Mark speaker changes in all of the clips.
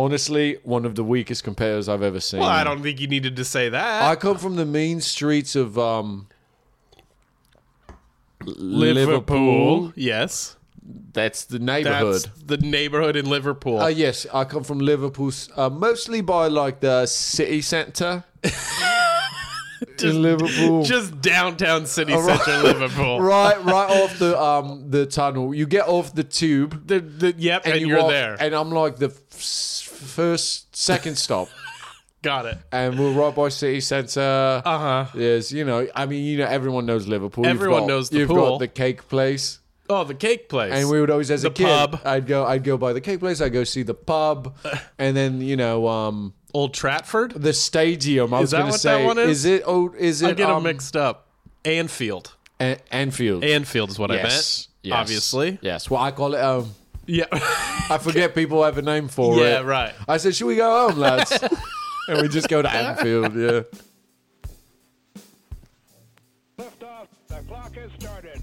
Speaker 1: Honestly, one of the weakest competitors I've ever seen.
Speaker 2: Well, I don't think you needed to say that.
Speaker 1: I come from the mean streets of um,
Speaker 2: Yes.
Speaker 1: That's the
Speaker 2: That's
Speaker 1: neighborhood.
Speaker 2: the neighborhood in Liverpool.
Speaker 1: Uh, yes, I come from Liverpool, s- uh, mostly by like the city centre in Liverpool.
Speaker 2: Just downtown city centre Liverpool.
Speaker 1: right, right off the um the tunnel. You get off the tube,
Speaker 2: The, the, yep, and,
Speaker 1: you
Speaker 2: you're
Speaker 1: walk-
Speaker 2: there.
Speaker 1: And I'm like the f- first, second stop,
Speaker 2: Got it.
Speaker 1: and we're right by city centre.
Speaker 2: Uh huh.
Speaker 1: Yes, you know, I mean, you know, everyone knows Liverpool. You've
Speaker 2: Everyone
Speaker 1: got-
Speaker 2: knows the
Speaker 1: You've
Speaker 2: pool.
Speaker 1: got the cake place.
Speaker 2: Oh, the cake place.
Speaker 1: And we would always, as a
Speaker 2: The
Speaker 1: kid,
Speaker 2: pub.
Speaker 1: I'd go, I'd go by the cake place. I'd go see the pub, and then you know, um,
Speaker 2: Old Trafford.
Speaker 1: the stadium. I was
Speaker 2: that
Speaker 1: going to
Speaker 2: what that
Speaker 1: say,
Speaker 2: one
Speaker 1: is
Speaker 2: is?
Speaker 1: it? Oh, is it?
Speaker 2: I get
Speaker 1: um,
Speaker 2: them mixed up. Anfield.
Speaker 1: An- Anfield.
Speaker 2: Anfield is what
Speaker 1: yes.
Speaker 2: I
Speaker 1: yes.
Speaker 2: meant. Obviously.
Speaker 1: Yes. Well, I call it. Um,
Speaker 2: Yeah.
Speaker 1: I forget people have a name for it.
Speaker 2: yeah. Right.
Speaker 1: I said, should we go home, lads? and we just go to Anfield. Yeah.
Speaker 3: Lift off. The clock has started.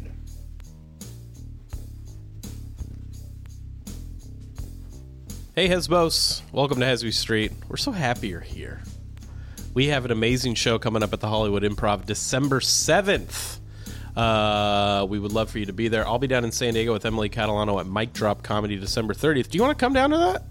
Speaker 2: Hey, Hezbos. Welcome to Hesby Street. We're so happy you're here. We have an amazing show coming up at the Hollywood Improv December 7th. Uh, we would love for you to be there. I'll be down in San Diego with Emily Catalano at Mic Drop Comedy December 30th. Do you want to come down to that?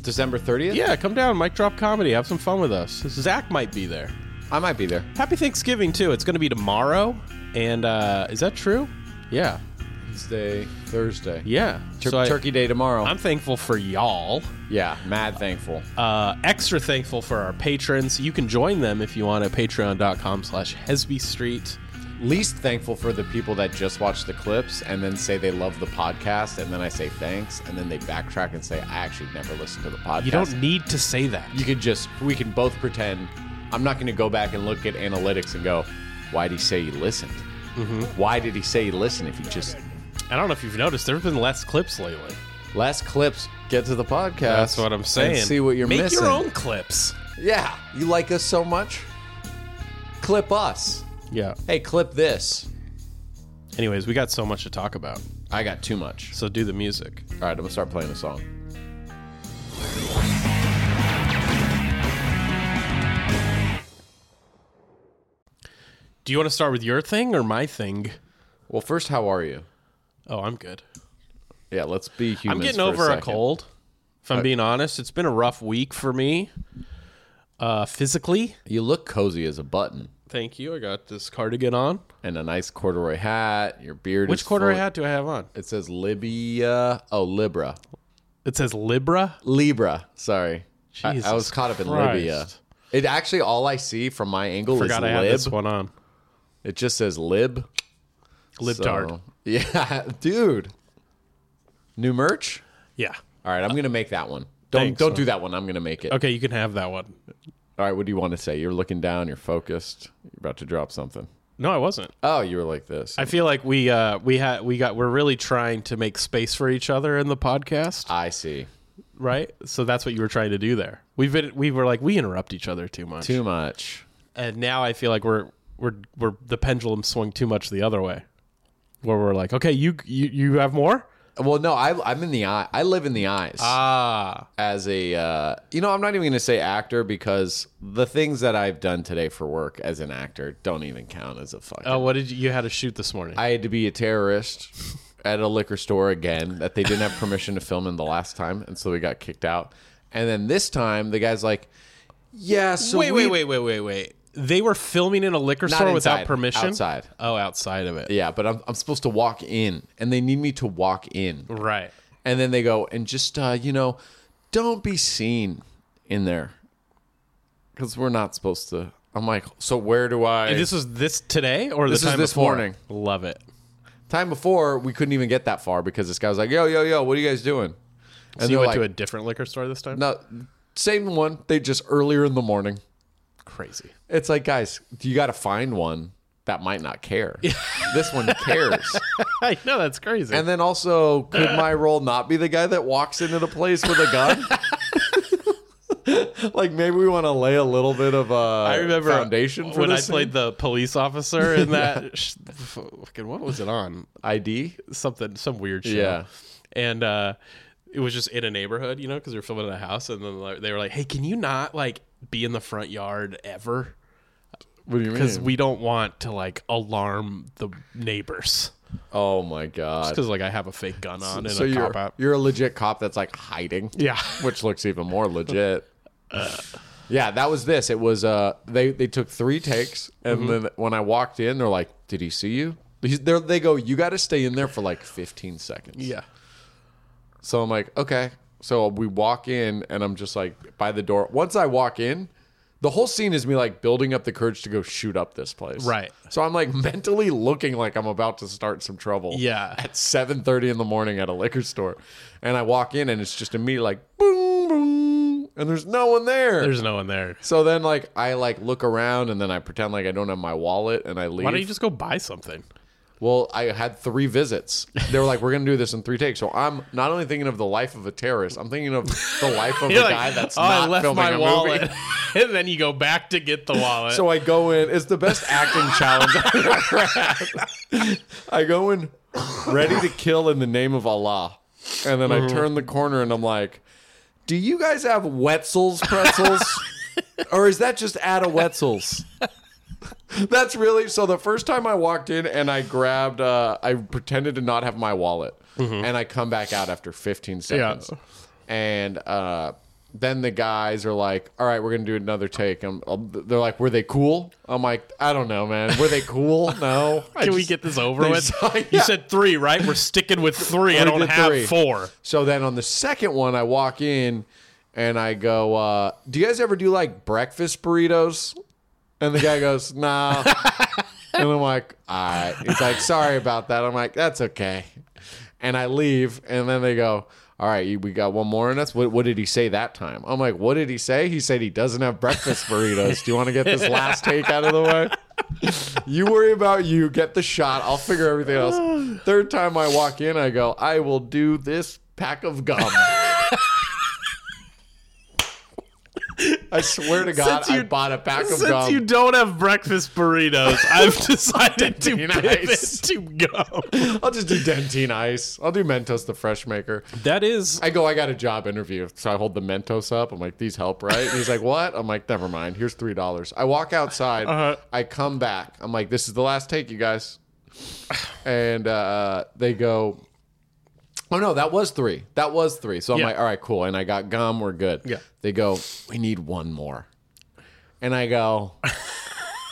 Speaker 1: December thirtieth.
Speaker 2: Yeah, come down, Mic Drop Comedy. Have some fun with us. Zach might be there.
Speaker 1: I might be there.
Speaker 2: Happy Thanksgiving, too. It's going to be tomorrow. And uh, is that true? Yeah.
Speaker 1: Wednesday, Thursday.
Speaker 2: Yeah.
Speaker 1: Tur-
Speaker 2: So I-
Speaker 1: Turkey Day tomorrow.
Speaker 2: I'm thankful for y'all.
Speaker 1: yeah, mad thankful.
Speaker 2: uh, extra thankful for our patrons you can join them if you want at patreon.com slash hesby street
Speaker 1: Least thankful for the people that just watch the clips and then say they love the podcast, and then I say thanks, and then they backtrack and say I actually never listened to the podcast.
Speaker 2: you don't need to say that
Speaker 1: you could just we can both pretend i'm not going to go back and look at analytics and go why did he say he listened
Speaker 2: Mm-hmm.
Speaker 1: why did he say he listened if he just
Speaker 2: i don't know if you've noticed there have been less clips lately
Speaker 1: last clips get to the podcast
Speaker 2: that's what i'm saying
Speaker 1: and see what you're
Speaker 2: make
Speaker 1: missing
Speaker 2: your own clips
Speaker 1: yeah you like us so much clip us
Speaker 2: yeah
Speaker 1: hey clip this
Speaker 2: anyways we got so much to talk about
Speaker 1: i got too much
Speaker 2: so do the music
Speaker 1: all right i'm gonna start playing the song
Speaker 2: do you want to start with your thing or my thing
Speaker 1: well first how are you
Speaker 2: oh i'm good
Speaker 1: yeah let's be humans
Speaker 2: i'm getting
Speaker 1: for
Speaker 2: over a,
Speaker 1: second.
Speaker 2: cold if i'm being honest it's been a rough week for me uh physically
Speaker 1: you look cozy as a button
Speaker 2: thank you i got this cardigan on
Speaker 1: and a nice corduroy hat your beard
Speaker 2: which
Speaker 1: is
Speaker 2: corduroy
Speaker 1: full-
Speaker 2: hat do i have on
Speaker 1: it says libya oh libra
Speaker 2: it says libra
Speaker 1: Libra. Sorry. I- I,
Speaker 2: Jesus
Speaker 1: was caught up in
Speaker 2: Christ.
Speaker 1: Libya. It actually all I see from my angle
Speaker 2: Forgot I
Speaker 1: is
Speaker 2: had
Speaker 1: lib.
Speaker 2: this one on.
Speaker 1: It just says lib.
Speaker 2: Libtard.
Speaker 1: So- yeah, dude. New merch?
Speaker 2: Yeah.
Speaker 1: All right, I'm going to make that one. Don't
Speaker 2: Thanks,
Speaker 1: don't
Speaker 2: man.
Speaker 1: do that one. I'm going to make it.
Speaker 2: Okay, you can have that one.
Speaker 1: All right, what do you want to say? You're looking down, you're focused. You're about to drop something.
Speaker 2: No, I wasn't.
Speaker 1: Oh, you were like this.
Speaker 2: I
Speaker 1: I,
Speaker 2: feel like we uh we had we got we're really trying to make space for each other in the podcast,
Speaker 1: see.
Speaker 2: right? So that's what you were trying to do there. We've been we were like we interrupt each other too much.
Speaker 1: Too much.
Speaker 2: and now I feel like we're we're we're the pendulum swung too much the other way. Where we're like, "Okay, you you, you have more?"
Speaker 1: Well, no, I, I'm in the eye. I live in the eyes.
Speaker 2: Ah.
Speaker 1: as a uh, you know i'm not even going to say actor because the things that i've done today for work as an actor don't even count as a fucking
Speaker 2: Uh, what did you, you had a shoot this morning?
Speaker 1: i had to be a terrorist at a liquor store again that they didn't have permission to film in the last time and so we got kicked out and then this time the guy's like yeah so
Speaker 2: wait,
Speaker 1: we-
Speaker 2: wait, wait, wait, wait, wait. They were filming in a liquor store without
Speaker 1: inside,
Speaker 2: permission.
Speaker 1: outside.
Speaker 2: Oh, outside of it.
Speaker 1: yeah but I'm, I'm supposed to walk in and they need me to walk in
Speaker 2: Right.
Speaker 1: and then they go and just uh, you know don't be seen in there because we're not supposed to i'm like so where do i
Speaker 2: And this was this today or
Speaker 1: This
Speaker 2: the
Speaker 1: is
Speaker 2: time
Speaker 1: this
Speaker 2: before?
Speaker 1: morning.
Speaker 2: Love it.
Speaker 1: time before we couldn't even get that far because this guy was like yo yo yo what are you guys doing and
Speaker 2: So
Speaker 1: they're
Speaker 2: you went
Speaker 1: like,
Speaker 2: to a different liquor store this time?
Speaker 1: no same one they just earlier in the morning
Speaker 2: Crazy.
Speaker 1: it's like guys you gotta find one that might not care this one cares
Speaker 2: I know that's crazy.
Speaker 1: and then also could my role not be the guy that walks into the place with a gun like maybe we want to lay a little bit of a
Speaker 2: I remember
Speaker 1: foundation for
Speaker 2: when I
Speaker 1: this
Speaker 2: played the police officer in that. sh- fucking what was it on?
Speaker 1: id
Speaker 2: Something, some weird show.
Speaker 1: Yeah.
Speaker 2: And uh, it was just in a neighborhood, you know, because they were filming in a house, and then like, they were like, "Hey, can you not like be in the front yard ever?
Speaker 1: What do you
Speaker 2: Because
Speaker 1: mean?
Speaker 2: we don't want to like alarm the neighbors."
Speaker 1: oh my god.
Speaker 2: Because like I have a fake gun on and
Speaker 1: So
Speaker 2: a
Speaker 1: you're
Speaker 2: cop out.
Speaker 1: you're a legit cop that's like hiding.
Speaker 2: Yeah.
Speaker 1: which looks even more legit. yeah, that was this. It was uh they they took three takes and
Speaker 2: Mm-hmm.
Speaker 1: then when I walked in they're like, "Did he see you?" He's- they're- they go, "You got to stay in there for like 15 seconds."
Speaker 2: Yeah.
Speaker 1: So I'm like, "Okay." So we walk in and I'm just like by the door. Once I walk in, the whole scene is me like building up the courage to go shoot up this place.
Speaker 2: Right.
Speaker 1: So I'm like mentally looking like I'm about to start some trouble
Speaker 2: Yeah.
Speaker 1: at 7.30 in the morning at a liquor store and i walk in and it's just immediately like boom boom and there's no one there
Speaker 2: There's no one there.
Speaker 1: so then like i like look around and then i pretend like i don't have my wallet and i leave
Speaker 2: Why don't you just go buy something?
Speaker 1: well i had three visits they were like we're gonna do this in three takes so i'm not only thinking of the life of a terrorist i'm thinking of the life of a
Speaker 2: You're like,
Speaker 1: guy that's
Speaker 2: "Oh,
Speaker 1: not
Speaker 2: I left
Speaker 1: filming
Speaker 2: my
Speaker 1: a
Speaker 2: wallet,
Speaker 1: movie
Speaker 2: and then you go back to get the wallet.
Speaker 1: so I go in. It's the best acting challenge I've ever had. I go in ready to kill in the name of Allah, and then I turn the corner and I'm like, "Do you guys have Wetzel's pretzels, or is that just out of Wetzel's?" That's really so. The first time I walked in and I grabbed, uh, I pretended to not have my wallet, and I come back out after 15 seconds, and uh, then the guys are like, "All right, we're gonna do another take." i they're like, "Were they cool?" I'm like, "I don't know, man. Were they cool? No. I
Speaker 2: Can we
Speaker 1: just-
Speaker 2: get this over
Speaker 1: they
Speaker 2: with?
Speaker 1: saw-
Speaker 2: You
Speaker 1: yeah.
Speaker 2: said three, right? We're sticking with three. I
Speaker 1: We
Speaker 2: don't
Speaker 1: did
Speaker 2: have
Speaker 1: three.
Speaker 2: four.
Speaker 1: So then on the second one, I walk in and I go, uh, "Do you guys ever do like breakfast burritos?" And the guy goes, "Nah." and I'm like, "All right." He's like, "Sorry about that." I'm like, "That's okay." And I leave, and then they go, "All right, you- we got one more in us." What, what did he say that time? I'm like, "What did he say?" He said he doesn't have breakfast burritos. Do you want to get this last take out of the way? You worry about you. Get the shot. I'll figure everything else. Third time I walk in, I go, I will do this pack of gum. I swear to God,
Speaker 2: Since you-
Speaker 1: I bought a pack of
Speaker 2: Since
Speaker 1: gum.
Speaker 2: you don't have breakfast burritos, I've decided to
Speaker 1: Be
Speaker 2: pivot
Speaker 1: nice.
Speaker 2: to go.
Speaker 1: I'll just do dentine ice. I'll do Mentos, the fresh maker.
Speaker 2: That is
Speaker 1: I go, I got a job interview. So I hold the Mentos up. I'm like, these help, right? And he's like, what? I'm like, never mind. Here's $3. I walk outside.
Speaker 2: Uh-huh.
Speaker 1: I come back. I'm like, this is the last take, you guys. And uh, they go, oh no, that was three. That was three. So I'm
Speaker 2: Yeah.
Speaker 1: like, all right, cool. And I got gum. We're good.
Speaker 2: Yeah.
Speaker 1: They go, we need one more. And I go, all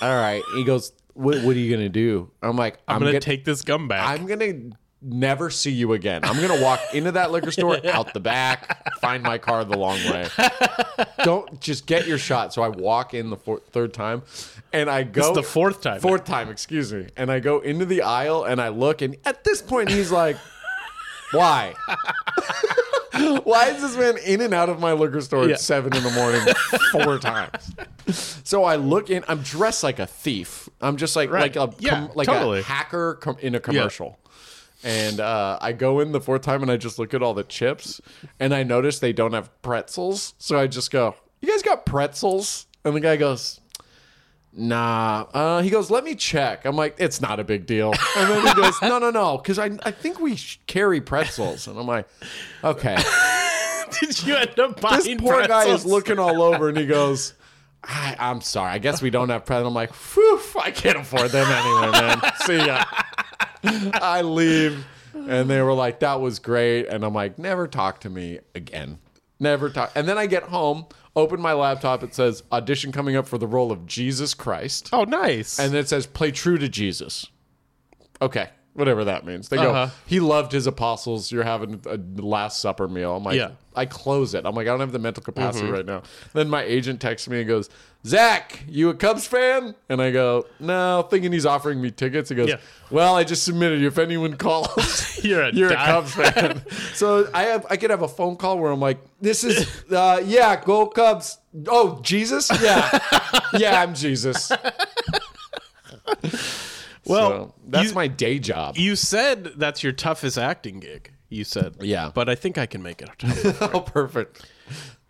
Speaker 1: right. He goes, what, what are you going to do? I'm like,
Speaker 2: I'm, gonna
Speaker 1: get-
Speaker 2: take this gum back.
Speaker 1: I'm gonna never see you again. I'm gonna walk into that liquor store, out the back, find my car the long way. Don't just get your shot. So I walk in the four, third time, and I go
Speaker 2: the fourth time.
Speaker 1: Fourth time, excuse me. And I go into the aisle and I look, and at this point he's like, "Why? Why is this man in and out of my liquor store
Speaker 2: Yeah.
Speaker 1: at seven in the morning four times?" So I look in. I'm dressed like a thief. I'm just like
Speaker 2: Right.
Speaker 1: like a
Speaker 2: Yeah,
Speaker 1: com- like
Speaker 2: totally.
Speaker 1: a hacker com- in a commercial. And uh, I go in the fourth time and I just look at all the chips and I notice they don't have pretzels. So I just go, "You guys got pretzels?" And the guy goes, "Nah." Uh, he goes, "Let me check." I'm like, "It's not a big deal." And then he goes, "No, no, no," because I I think we sh- carry pretzels. And I'm like, "Okay."
Speaker 2: Did you end up buying
Speaker 1: this poor guy
Speaker 2: pretzels?
Speaker 1: is looking all over and he goes, I, I'm sorry. I guess we don't have presents. I'm like, whew, I can't afford them anyway, man. See ya. I leave. And they were like, that was great. And I'm like, never talk to me again. Never talk. And then I get home, open my laptop. It says, audition coming up for the role of Jesus Christ.
Speaker 2: Oh, nice.
Speaker 1: And then it says, play true to Jesus. Okay. Whatever that means. They
Speaker 2: Uh-huh.
Speaker 1: go, he loved his apostles. You're having a Last Supper meal. I'm like,
Speaker 2: Yeah. Mm-hmm.
Speaker 1: I close it. I'm like, I don't have the mental capacity right now. Then my agent texts me and goes, Zach, you a Cubs fan? And I go, no, thinking he's offering me tickets. He goes,
Speaker 2: Yeah.
Speaker 1: well, I just submitted you. If anyone calls,
Speaker 2: You're a
Speaker 1: you're
Speaker 2: dime.
Speaker 1: a Cubs fan. so I have, I could have a phone call where I'm like, this is, uh, yeah, go Cubs. Oh, Jesus? Yeah. yeah, I'm Jesus.
Speaker 2: well,
Speaker 1: So, that's
Speaker 2: you-
Speaker 1: my day job.
Speaker 2: You said that's your toughest acting gig. You said,
Speaker 1: Yeah.
Speaker 2: but I think I can make it.
Speaker 1: oh, perfect.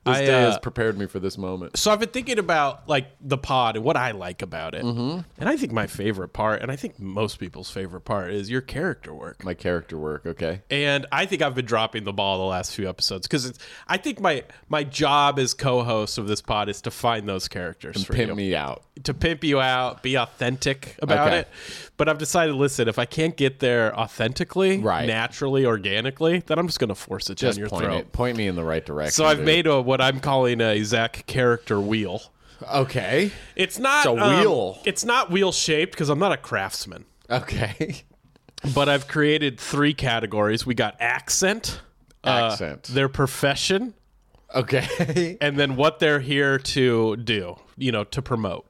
Speaker 1: This
Speaker 2: I,
Speaker 1: day has
Speaker 2: uh,
Speaker 1: prepared me for this moment.
Speaker 2: so I've been thinking about like the pod and what I like about it, mm-hmm. and I think my favorite part, and I think most people's favorite part, is your character work.
Speaker 1: My character work, okay?
Speaker 2: And I think I've been dropping the ball the last few episodes because I think my my job as co-host of this pod is to find those characters for
Speaker 1: Pimp
Speaker 2: you.
Speaker 1: me out.
Speaker 2: to pimp you out, be authentic about
Speaker 1: Okay.
Speaker 2: it. But I've decided, listen, if I can't get there authentically,
Speaker 1: Right.
Speaker 2: naturally, organically, then I'm just going to force it
Speaker 1: Just
Speaker 2: down your
Speaker 1: point
Speaker 2: throat.
Speaker 1: it. Point me in the right direction.
Speaker 2: So I've
Speaker 1: dude.
Speaker 2: made a, what I'm calling a Zach character wheel.
Speaker 1: Okay.
Speaker 2: It's not
Speaker 1: It's a
Speaker 2: um,
Speaker 1: wheel.
Speaker 2: It's not wheel shaped because I'm not a craftsman.
Speaker 1: Okay.
Speaker 2: But I've created three categories. We got accent, uh,
Speaker 1: Accent.
Speaker 2: their profession,
Speaker 1: Okay.
Speaker 2: and then what they're here to do. You know, to promote.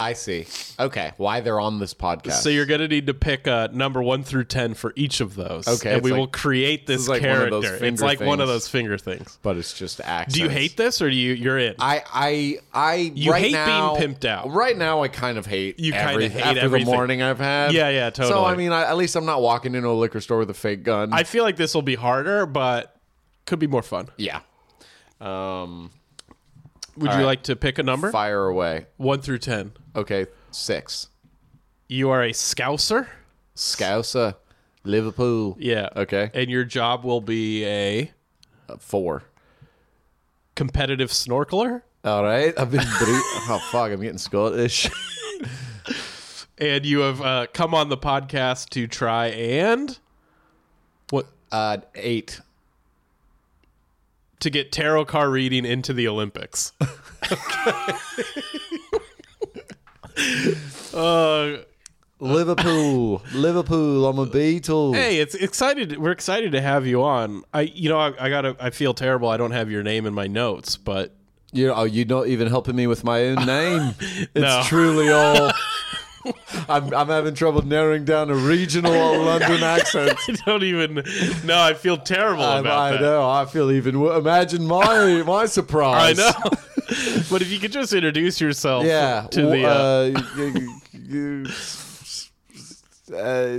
Speaker 1: I see. Okay. Why they're on this podcast.
Speaker 2: So you're going to need to pick a number one through ten for each of those.
Speaker 1: Okay,
Speaker 2: and
Speaker 1: it's
Speaker 2: we
Speaker 1: like-
Speaker 2: will create this,
Speaker 1: is like one of
Speaker 2: character.
Speaker 1: those
Speaker 2: it's
Speaker 1: finger
Speaker 2: like one of
Speaker 1: things.
Speaker 2: those finger things.
Speaker 1: but it's just accents.
Speaker 2: Do you hate this or do you you're in?
Speaker 1: I I I
Speaker 2: You
Speaker 1: right
Speaker 2: hate being
Speaker 1: now-
Speaker 2: pimped out.
Speaker 1: Right now, I kind of hate.
Speaker 2: You kinda
Speaker 1: everyth-
Speaker 2: hate
Speaker 1: after
Speaker 2: everything.
Speaker 1: the morning I've had.
Speaker 2: Yeah, yeah,
Speaker 1: So
Speaker 2: totally.
Speaker 1: I mean, I, at least I'm not walking into a liquor store with a fake gun.
Speaker 2: I feel like this will be harder, but could be more fun.
Speaker 1: yeah. Um,
Speaker 2: Would you like to pick a number?
Speaker 1: fire away.
Speaker 2: One through ten.
Speaker 1: Okay, six.
Speaker 2: You are a scouser.
Speaker 1: Scouser, Liverpool.
Speaker 2: Yeah.
Speaker 1: Okay.
Speaker 2: And your job will be a
Speaker 1: Uh, four.
Speaker 2: competitive snorkeler.
Speaker 1: All right. I've been. Bre- oh fuck! I'm getting Scottish.
Speaker 2: And you have uh, come on the podcast to try and what
Speaker 1: Uh, eight.
Speaker 2: to get tarot card reading into the Olympics. uh,
Speaker 1: Liverpool, Liverpool. I'm a Beatle.
Speaker 2: hey, it's excited. We're excited to have you on. I, you know, I, I gotta. I feel terrible. I don't have your name in my notes, but
Speaker 1: You oh, you're not even helping me with my own name. It's
Speaker 2: No.
Speaker 1: truly all. I'm, I'm having trouble narrowing down a regional or London accent.
Speaker 2: I don't even. No, I feel terrible
Speaker 1: I,
Speaker 2: about
Speaker 1: I
Speaker 2: that.
Speaker 1: know. I feel even. wor- Imagine my my
Speaker 2: I
Speaker 1: surprise.
Speaker 2: know. but if you could just introduce yourself,
Speaker 1: Yeah.
Speaker 2: to the. Uh,
Speaker 1: the. Uh, uh,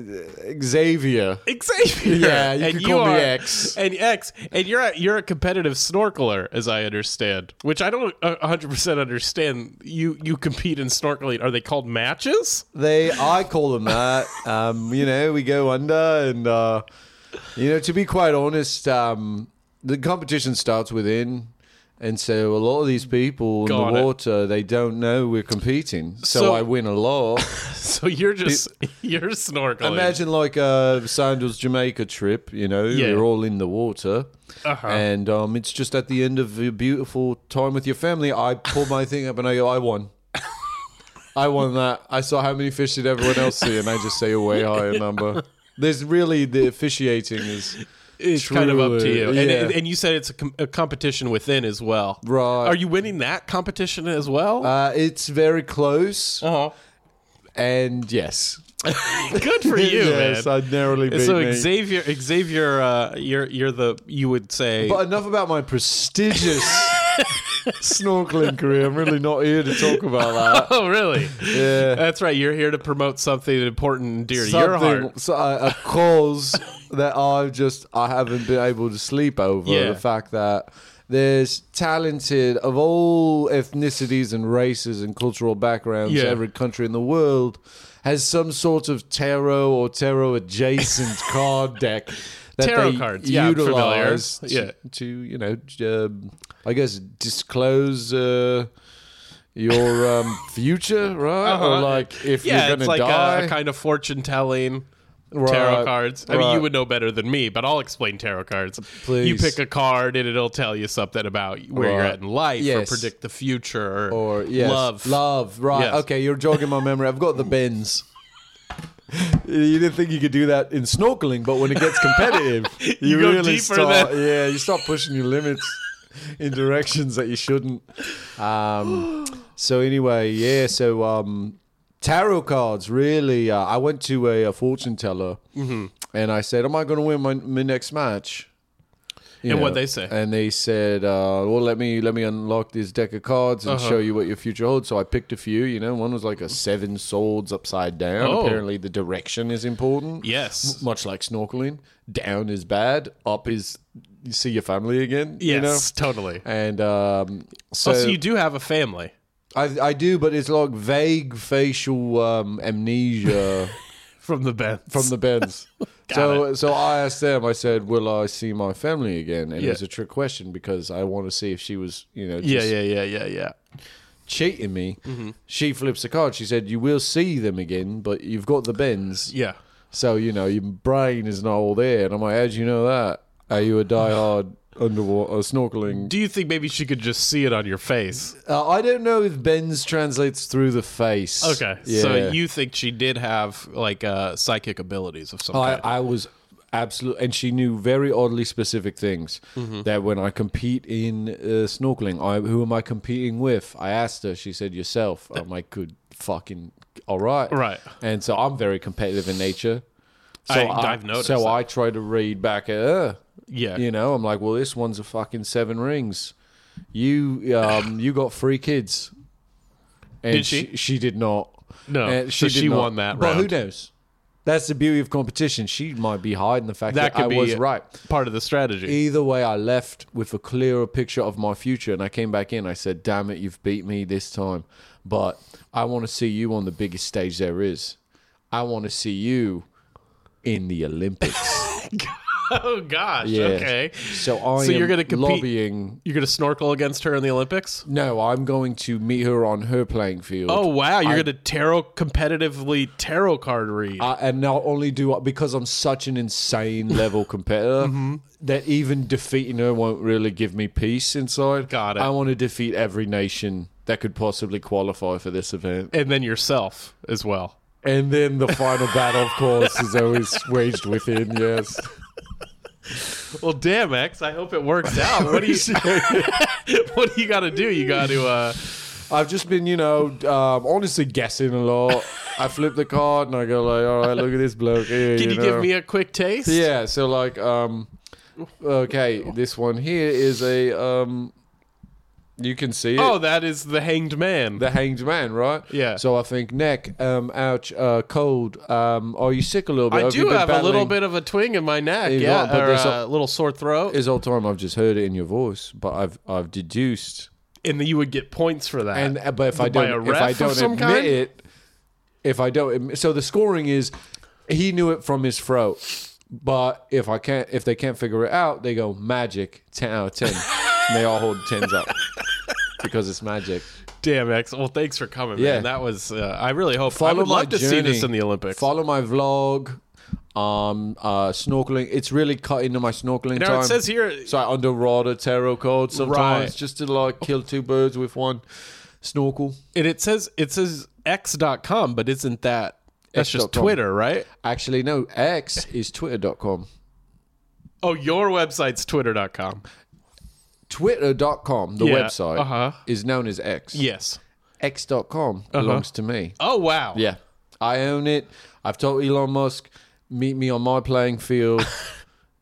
Speaker 1: Xavier.
Speaker 2: Xavier.
Speaker 1: Yeah, you
Speaker 2: and
Speaker 1: could call me
Speaker 2: are,
Speaker 1: X.
Speaker 2: And X, and you're a, you're a competitive snorkeler, as I understand, which I don't uh, 100% understand. You you compete in snorkeling. Are they called matches?
Speaker 1: They. I call them that. Um, you know, we go under, and uh, you know, to be quite honest, um, the competition starts within. And so a lot of these people in
Speaker 2: Got
Speaker 1: the
Speaker 2: it.
Speaker 1: water, they don't know we're competing. So,
Speaker 2: So-
Speaker 1: I win a lot.
Speaker 2: So you're just you're snorkeling.
Speaker 1: Imagine like a Sandals Jamaica trip, you know,
Speaker 2: Yeah. Uh-huh.
Speaker 1: you're all in the water. And um, it's just at the end of a beautiful time with your family, I pull my thing up and I go, I won. I won that. I saw how many fish did everyone else see, and I just say a way higher number. There's really the officiating is
Speaker 2: it's kind of up to
Speaker 1: truly,
Speaker 2: you. And,
Speaker 1: yeah.
Speaker 2: and, and you said it's a, com- a competition within as well.
Speaker 1: Right.
Speaker 2: Are you winning that competition as well?
Speaker 1: uh, it's very close,
Speaker 2: Uh-huh.
Speaker 1: and yes,
Speaker 2: Good for you,
Speaker 1: yes,
Speaker 2: man.
Speaker 1: I narrowly beat
Speaker 2: so
Speaker 1: me.
Speaker 2: Xavier, Xavier, uh, you're you're the you would say
Speaker 1: But enough about my prestigious snorkeling career. I'm really not here to talk about
Speaker 2: Oh, really?
Speaker 1: Yeah.
Speaker 2: That's right. You're here to promote something important and dear
Speaker 1: that.
Speaker 2: to your heart.
Speaker 1: so, uh, a cause that I've just I haven't been able to sleep over
Speaker 2: Yeah.
Speaker 1: the fact that there's talented of all ethnicities and races and cultural backgrounds.
Speaker 2: Yeah.
Speaker 1: Every country in the world has some sort of tarot or tarot adjacent card deck. That
Speaker 2: Tarot
Speaker 1: they
Speaker 2: cards, yeah, I'm familiar.
Speaker 1: utilize to-
Speaker 2: Yeah.
Speaker 1: to you know j- um, i guess disclose uh, your um, future right or
Speaker 2: Uh-huh.
Speaker 1: like if
Speaker 2: Yeah,
Speaker 1: you're
Speaker 2: it's
Speaker 1: gonna
Speaker 2: like
Speaker 1: die
Speaker 2: a, a kind of fortune telling
Speaker 1: Right,
Speaker 2: tarot cards. I mean, you
Speaker 1: right.
Speaker 2: would know better than me, but I'll explain tarot cards. You
Speaker 1: Please.
Speaker 2: pick a card and it'll tell you something about where you're
Speaker 1: Right.
Speaker 2: at in life or
Speaker 1: Yes.
Speaker 2: predict the future or,
Speaker 1: or yes,
Speaker 2: love.
Speaker 1: love right
Speaker 2: Yes.
Speaker 1: okay you're jogging my memory i've got the bends you didn't think you could do that in snorkeling but when it gets competitive you,
Speaker 2: go
Speaker 1: really
Speaker 2: deeper
Speaker 1: start
Speaker 2: than-
Speaker 1: yeah you start pushing your limits in directions that you shouldn't um, so anyway yeah so um, tarot cards really uh, i went
Speaker 2: Mm-hmm.
Speaker 1: to a, a fortune teller and i said am i going to win my, my next match you
Speaker 2: And what'd they say?
Speaker 1: And they said, uh, "Well, let me let me unlock this deck of cards and
Speaker 2: Uh-huh.
Speaker 1: show you what your future holds." So I picked a few. You know, one was like a seven swords upside down.
Speaker 2: Oh.
Speaker 1: Apparently, the direction is important.
Speaker 2: Yes.
Speaker 1: M- much like snorkeling, down is bad, up is you see your family again. you know?
Speaker 2: Yes, totally.
Speaker 1: And um, so,
Speaker 2: oh, so you do have a family.
Speaker 1: I, I do, but it's like vague facial um, amnesia
Speaker 2: From the bed.
Speaker 1: from the bends. so so I asked them. I said, "Will I see my family again?" And it
Speaker 2: Yeah.
Speaker 1: was a trick question because I want to see if she was, you know, just
Speaker 2: yeah, yeah, yeah, yeah, yeah.
Speaker 1: cheating me. She flips the card. She said, "You will see them again, but you've got the bends,
Speaker 2: Yeah.
Speaker 1: so you know your brain is not all there." And I'm like, "How do you know that? Are you a diehard underwater snorkeling?"
Speaker 2: Do you think maybe she could just see it on your face?
Speaker 1: Uh, I don't know if bends translates through the face.
Speaker 2: Okay. So you think she did have like uh, psychic abilities of some
Speaker 1: Oh, I,
Speaker 2: kind?
Speaker 1: I was absolutely, and she knew very oddly specific things
Speaker 2: Mm-hmm.
Speaker 1: that when I compete in uh, snorkeling, I, who am I competing with? I asked her. She said yourself. I'm like, good fucking, all right,
Speaker 2: Right.
Speaker 1: And so I'm very competitive in nature. So
Speaker 2: I- I've noticed
Speaker 1: So
Speaker 2: that.
Speaker 1: I try to read back at her.
Speaker 2: Yeah.
Speaker 1: You know, I'm like, well, this one's a fucking seven rings. You, um, you got three kids. And
Speaker 2: Did she?
Speaker 1: she? did not.
Speaker 2: No.
Speaker 1: And
Speaker 2: So
Speaker 1: did
Speaker 2: she
Speaker 1: not.
Speaker 2: won that
Speaker 1: But who
Speaker 2: round.
Speaker 1: knows? That's the beauty of competition. She might be hiding the fact
Speaker 2: that
Speaker 1: that,
Speaker 2: could
Speaker 1: I
Speaker 2: be
Speaker 1: was right.
Speaker 2: part of the strategy.
Speaker 1: Either way, I left with a clearer picture of my future, and I came back in. I said, "Damn it, you've beat me this time, but I want to see you on the biggest stage there is. I want to see you in the Olympics."
Speaker 2: oh gosh.
Speaker 1: Yeah.
Speaker 2: Okay.
Speaker 1: So I
Speaker 2: So
Speaker 1: am
Speaker 2: you're gonna compete-
Speaker 1: lobbying.
Speaker 2: You're gonna snorkel against her in the Olympics?
Speaker 1: No, I'm going to meet her on her playing field.
Speaker 2: Oh wow, you're gonna tarot competitively tarot card read.
Speaker 1: I, and not only do I, because I'm such an insane level competitor
Speaker 2: Mm-hmm.
Speaker 1: that even defeating her won't really give me peace inside.
Speaker 2: Got it.
Speaker 1: I want to defeat every nation that could possibly qualify for this event.
Speaker 2: and then yourself as well.
Speaker 1: And then the final battle, of course, is always waged within. Yes.
Speaker 2: Well, damn, X. I hope it works out. What do you? what do you got to do? You got to. Uh,
Speaker 1: I've just been, you know, um, honestly guessing a lot. I flip the card and I go like, all right, look at this bloke. Here,
Speaker 2: can you, give
Speaker 1: know.
Speaker 2: me a quick taste?
Speaker 1: Yeah, so like um okay, this one here is a um you can see it.
Speaker 2: Oh, that is the hanged man.
Speaker 1: The hanged man, right?
Speaker 2: Yeah.
Speaker 1: So I think neck, um, ouch, uh, cold. Um, are you sick a little bit?
Speaker 2: I
Speaker 1: you
Speaker 2: do
Speaker 1: been
Speaker 2: have a little
Speaker 1: battling-
Speaker 2: bit of a twing in my neck.
Speaker 1: You've
Speaker 2: yeah,
Speaker 1: got- but
Speaker 2: or
Speaker 1: there's
Speaker 2: a little sore throat,
Speaker 1: This whole time I've just heard it in your voice, but I've I've deduced.
Speaker 2: and you would get points for that.
Speaker 1: And uh, but if I
Speaker 2: By
Speaker 1: don't
Speaker 2: a
Speaker 1: if I
Speaker 2: ref of
Speaker 1: don't
Speaker 2: some
Speaker 1: admit
Speaker 2: kind?
Speaker 1: it, if I don't, admi- so the scoring is he knew it from his throat. But if I can't, if they can't figure it out, they go magic ten out of ten. and they all hold tens up because it's magic.
Speaker 2: damn, X. Well, thanks for coming,
Speaker 1: Yeah.
Speaker 2: man. That was. Uh, I really hope. I
Speaker 1: Follow
Speaker 2: would
Speaker 1: my
Speaker 2: love to see
Speaker 1: journey.
Speaker 2: this in the Olympics.
Speaker 1: Follow my vlog. Um, uh, snorkeling. It's really cut into my snorkeling
Speaker 2: now
Speaker 1: time.
Speaker 2: it says here.
Speaker 1: So I underwater tarot cards sometimes
Speaker 2: Right.
Speaker 1: just to like kill two birds with one snorkel.
Speaker 2: and it says it says x.com, but isn't that that's just
Speaker 1: X.com.
Speaker 2: Twitter, right?
Speaker 1: Actually, no. X is twitter.com.
Speaker 2: Oh, your website's twitter.com.
Speaker 1: Twitter.com, the
Speaker 2: Yeah,
Speaker 1: website,
Speaker 2: uh-huh.
Speaker 1: is known as X.
Speaker 2: Yes.
Speaker 1: X.com belongs to me.
Speaker 2: Oh wow.
Speaker 1: Yeah. I own it. I've told Elon Musk, meet me on my playing field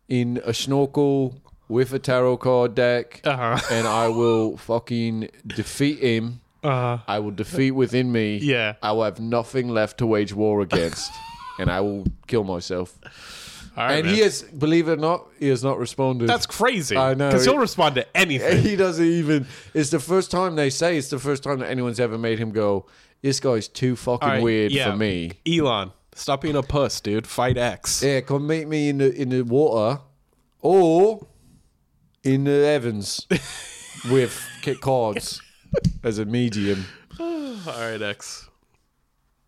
Speaker 1: in a snorkel with a tarot card deck,
Speaker 2: Uh-huh.
Speaker 1: and I will fucking defeat him.
Speaker 2: Uh,
Speaker 1: I will defeat within me.
Speaker 2: Yeah.
Speaker 1: I will have nothing left to wage war against, and I will kill myself.
Speaker 2: all right,
Speaker 1: and
Speaker 2: man.
Speaker 1: he has, believe it or not, he has not responded.
Speaker 2: That's crazy.
Speaker 1: I know.
Speaker 2: Because he'll respond to anything.
Speaker 1: he doesn't even. It's the first time they say it's the first time that anyone's ever made him go. This guy's too fucking
Speaker 2: All right,
Speaker 1: weird
Speaker 2: yeah.
Speaker 1: for me.
Speaker 2: Elon, stop being a puss, dude. Fight X.
Speaker 1: Yeah, come meet me in the in the water, or in the heavens with kick cards as a medium.
Speaker 2: All right, X.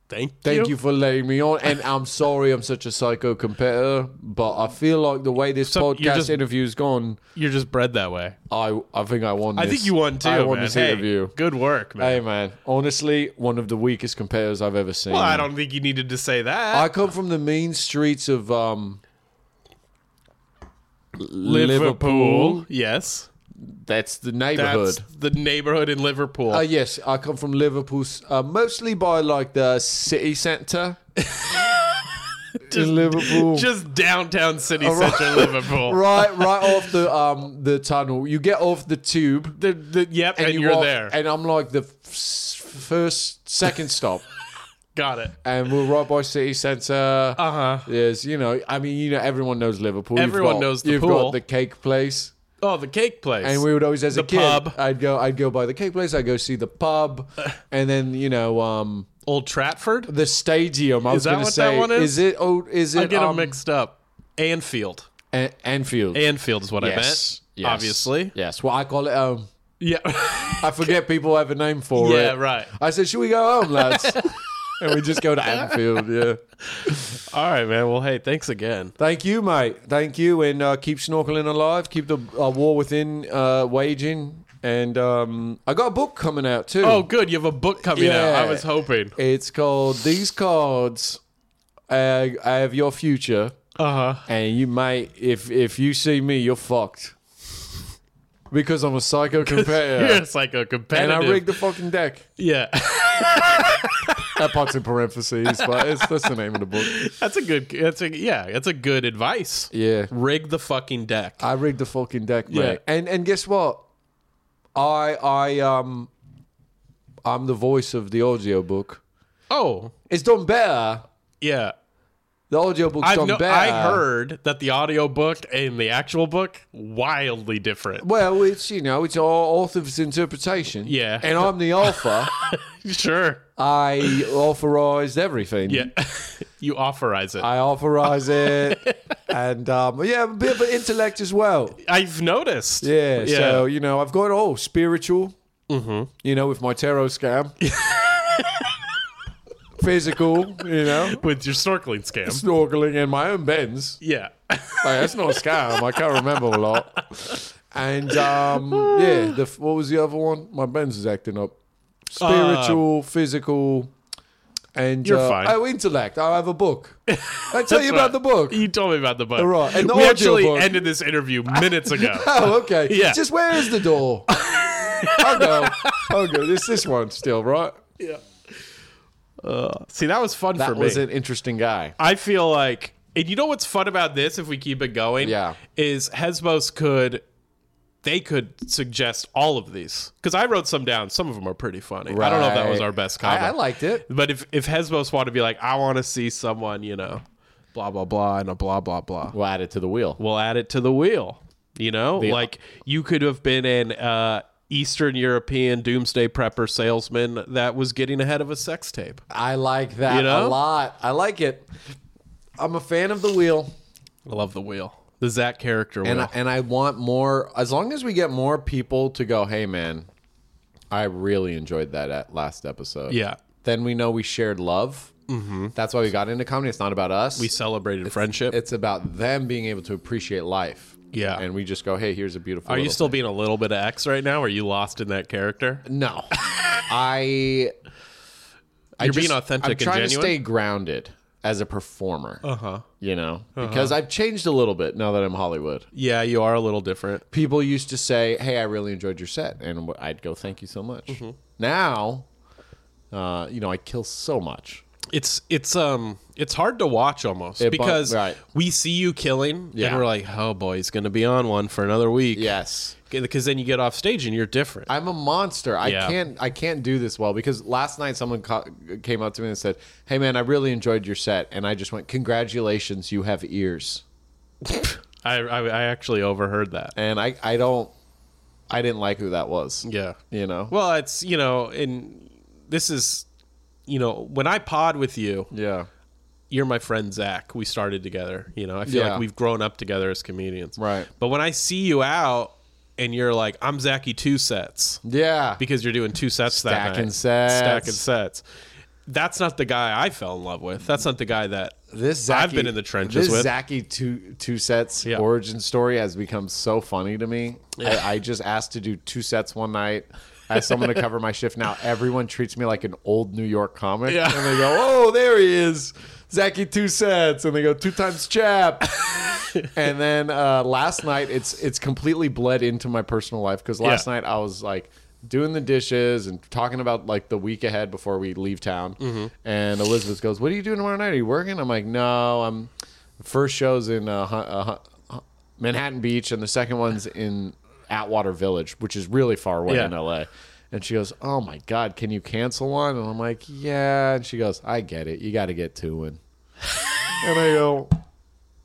Speaker 2: Thank,
Speaker 1: Thank you. for letting me on, and I'm sorry I'm such a psycho competitor, but I feel like the way this
Speaker 2: So you're
Speaker 1: podcast
Speaker 2: just-
Speaker 1: interview's gone,
Speaker 2: you. are just bred that way.
Speaker 1: I I think I won.
Speaker 2: I
Speaker 1: this.
Speaker 2: think you won too.
Speaker 1: I won
Speaker 2: man.
Speaker 1: this
Speaker 2: Hey,
Speaker 1: interview.
Speaker 2: Good work, man.
Speaker 1: Hey man, honestly, one of the weakest competitors I've ever seen.
Speaker 2: well, I don't think you needed to say that.
Speaker 1: I come from the mean streets of um,
Speaker 2: Yes.
Speaker 1: That's the
Speaker 2: That's
Speaker 1: neighborhood.
Speaker 2: the neighborhood in Liverpool.
Speaker 1: Uh, yes, I come from Liverpool, s- uh, mostly by like the city centre. in Liverpool.
Speaker 2: Just downtown city center Liverpool.
Speaker 1: right, right off the um the tunnel. You get off the tube
Speaker 2: The, the, yep, and,
Speaker 1: you
Speaker 2: you are
Speaker 1: walk-
Speaker 2: there.
Speaker 1: And I'm like the f- first, second stop,
Speaker 2: Got it.
Speaker 1: and we're right by city centre.
Speaker 2: Uh huh.
Speaker 1: Yes, you know, I mean, you know, everyone knows Liverpool. You've
Speaker 2: Everyone
Speaker 1: got-
Speaker 2: knows the
Speaker 1: You've
Speaker 2: pool.
Speaker 1: got the cake place,
Speaker 2: Oh, the cake place.
Speaker 1: and we would always, as a
Speaker 2: The
Speaker 1: kid,
Speaker 2: pub.
Speaker 1: I'd go, I'd go by the cake place, I'd go see the pub, and then you know, um,
Speaker 2: Old Trafford.
Speaker 1: the stadium. I was
Speaker 2: that
Speaker 1: going to
Speaker 2: what that
Speaker 1: say,
Speaker 2: one is?
Speaker 1: is it? Oh, is it?
Speaker 2: I get
Speaker 1: um,
Speaker 2: them mixed up. Anfield.
Speaker 1: An- Anfield.
Speaker 2: Anfield is what
Speaker 1: yes,
Speaker 2: I
Speaker 1: yes,
Speaker 2: meant. Obviously.
Speaker 1: Yes. Well, I call it. Um,
Speaker 2: Yeah.
Speaker 1: I forget people have a name for it.
Speaker 2: yeah. Right.
Speaker 1: I said, should we go home, lads? and we just go to Anfield. Yeah.
Speaker 2: All right, man. Well, hey, thanks again.
Speaker 1: Thank you, mate. Thank you, and uh, keep snorkeling alive. Keep the uh, war within uh, waging. And um, I got a book coming out too.
Speaker 2: Oh, good. You have a book coming out.
Speaker 1: Yeah.
Speaker 2: I was hoping.
Speaker 1: It's called "These Cards uh, Have Your Future."
Speaker 2: Uh huh.
Speaker 1: And you might, if if you see me, you're fucked. Because I'm a psycho
Speaker 2: You're
Speaker 1: competitor.
Speaker 2: a psycho
Speaker 1: And
Speaker 2: competitive.
Speaker 1: I rigged the fucking deck.
Speaker 2: yeah.
Speaker 1: That part's in parentheses, but it's, that's the name of the book.
Speaker 2: that's a good. That's a yeah. That's a good advice.
Speaker 1: Yeah.
Speaker 2: Rig the fucking deck.
Speaker 1: I rigged the fucking deck, mate.
Speaker 2: Yeah.
Speaker 1: And and guess what? I I um I'm the voice of the audiobook.
Speaker 2: oh
Speaker 1: It's done better.
Speaker 2: yeah.
Speaker 1: The audiobook's
Speaker 2: I
Speaker 1: done
Speaker 2: know.
Speaker 1: better.
Speaker 2: I heard that the audiobook and the actual book wildly different.
Speaker 1: Well, it's you know, it's all author's interpretation.
Speaker 2: Yeah.
Speaker 1: And I'm the author.
Speaker 2: Sure.
Speaker 1: I authorized everything.
Speaker 2: Yeah. you authorize it. I,
Speaker 1: I authorize it. and um, yeah, a bit of an intellect as well.
Speaker 2: have noticed.
Speaker 1: Yeah, So, you know, I've got all spiritual,
Speaker 2: Mm-hmm.
Speaker 1: you know, with my tarot scam, physical, you know,
Speaker 2: With your snorkeling scam.
Speaker 1: snorkeling and my own bends.
Speaker 2: Yeah.
Speaker 1: Like, that's not a scam. I can't remember a lot. And um, yeah, the, what was the other one? My bends is acting up. Spiritual, physical, and
Speaker 2: Ah. You're
Speaker 1: uh,
Speaker 2: fine.
Speaker 1: Oh, intellect. I have a book. I tell you
Speaker 2: That's
Speaker 1: about
Speaker 2: right.
Speaker 1: the book.
Speaker 2: You told me about the book.
Speaker 1: All right, and the
Speaker 2: we actually
Speaker 1: audiobook.
Speaker 2: ended this interview minutes ago.
Speaker 1: Oh, okay.
Speaker 2: Yeah.
Speaker 1: Just where is the door? I'll go. I'll go. It's this one still, right?
Speaker 2: See, that was fun
Speaker 1: That
Speaker 2: for me.
Speaker 1: was an interesting guy.
Speaker 2: I feel like, and you know what's fun about this? If we keep it going,
Speaker 1: Yeah.
Speaker 2: is Hesbos could they could suggest all of these because I wrote some down. Some of them are pretty funny. I don't know if that was
Speaker 1: Right.
Speaker 2: our best
Speaker 1: I,
Speaker 2: comment.
Speaker 1: I liked it.
Speaker 2: But if if Hesbos wanted to be like, I want to see someone, you know, blah blah blah, and a blah blah blah.
Speaker 1: We'll add it to the wheel.
Speaker 2: we'll add it to the wheel. You know, like you could have been an uh, Eastern European doomsday prepper salesman that was getting ahead of a sex tape.
Speaker 1: I like that
Speaker 2: You
Speaker 1: a
Speaker 2: know?
Speaker 1: lot. I like it. I'm a fan of the wheel,
Speaker 2: I love the wheel, the Zach character wheel.
Speaker 1: and I, and I want more. As long as we get more people to go, hey man, I really enjoyed that at last episode.
Speaker 2: yeah,
Speaker 1: Then we know we shared love. Mm-hmm. That's why we got into comedy. It's not about us.
Speaker 2: we celebrated friendship.
Speaker 1: it's about them being able to appreciate life.
Speaker 2: Yeah.
Speaker 1: And we just go, hey, here's a beautiful.
Speaker 2: are you
Speaker 1: little
Speaker 2: still being a little bit of X right now? Or are you lost in that character?
Speaker 1: thing." No, I. I
Speaker 2: You're being authentic
Speaker 1: I'm
Speaker 2: and
Speaker 1: trying
Speaker 2: genuine? Uh-huh.
Speaker 1: to stay grounded as a performer. Uh huh. You know, because I've changed a little bit now that I'm Hollywood.
Speaker 2: Yeah, you are a little different.
Speaker 1: People used to say, "Hey, I really enjoyed your set," and w- I'd go, "Thank you so much."
Speaker 2: Mm-hmm.
Speaker 1: Now, uh, you know, I kill so much.
Speaker 2: It's it's um it's hard to watch almost
Speaker 1: It bu-
Speaker 2: because
Speaker 1: right.
Speaker 2: we see you killing
Speaker 1: Yeah.
Speaker 2: and we're like, oh boy, he's gonna be on one for another week.
Speaker 1: Yes.
Speaker 2: because then you get off stage and you're different.
Speaker 1: I'm a monster. I
Speaker 2: Yeah.
Speaker 1: can't. I can't do this well because last night someone ca- came up to me and said, "Hey, man, I really enjoyed your set," and I just went, "Congratulations, you have ears."
Speaker 2: I, I I actually overheard that.
Speaker 1: And I, I don't, I didn't like who that was.
Speaker 2: Yeah.
Speaker 1: You know.
Speaker 2: Well, it's you know, and this is, you know, when I pod with you,
Speaker 1: yeah.
Speaker 2: you're my friend Zach. We started together. You know, I feel
Speaker 1: Yeah.
Speaker 2: like we've grown up together as comedians.
Speaker 1: Right.
Speaker 2: But when I see you out and you're like, I'm Zachy two sets
Speaker 1: Yeah.
Speaker 2: because you're doing two sets that
Speaker 1: Stacking
Speaker 2: night.
Speaker 1: sets.
Speaker 2: Stacking sets. That's not the guy I fell in love with. That's not the guy that
Speaker 1: this Zaki,
Speaker 2: I've been in the trenches
Speaker 1: This
Speaker 2: with.
Speaker 1: Zaki two two sets
Speaker 2: Yeah.
Speaker 1: origin story has become so funny to me. I, I just asked to do two sets one night. As someone to cover my shift now, everyone treats me like an old New York comic,
Speaker 2: Yeah.
Speaker 1: and they go, "Oh, there he is, Zachy two sets," and they go, two times chap." and then uh, last night, it's it's completely bled into my personal life because last
Speaker 2: Yeah.
Speaker 1: night I was like, doing the dishes and talking about like the week ahead before we leave town.
Speaker 2: Mm-hmm.
Speaker 1: And Elizabeth goes, "What are you doing tomorrow night? Are you working?" I'm like, "No, I'm first shows in uh, Hu- uh, Hu- Manhattan Beach, and the second one's in Atwater Village, which is really far away
Speaker 2: Yeah.
Speaker 1: in LA." And she goes, "Oh my God, can you cancel one?" And I'm like, "Yeah." And she goes, "I get it. You got to get two in." and I go,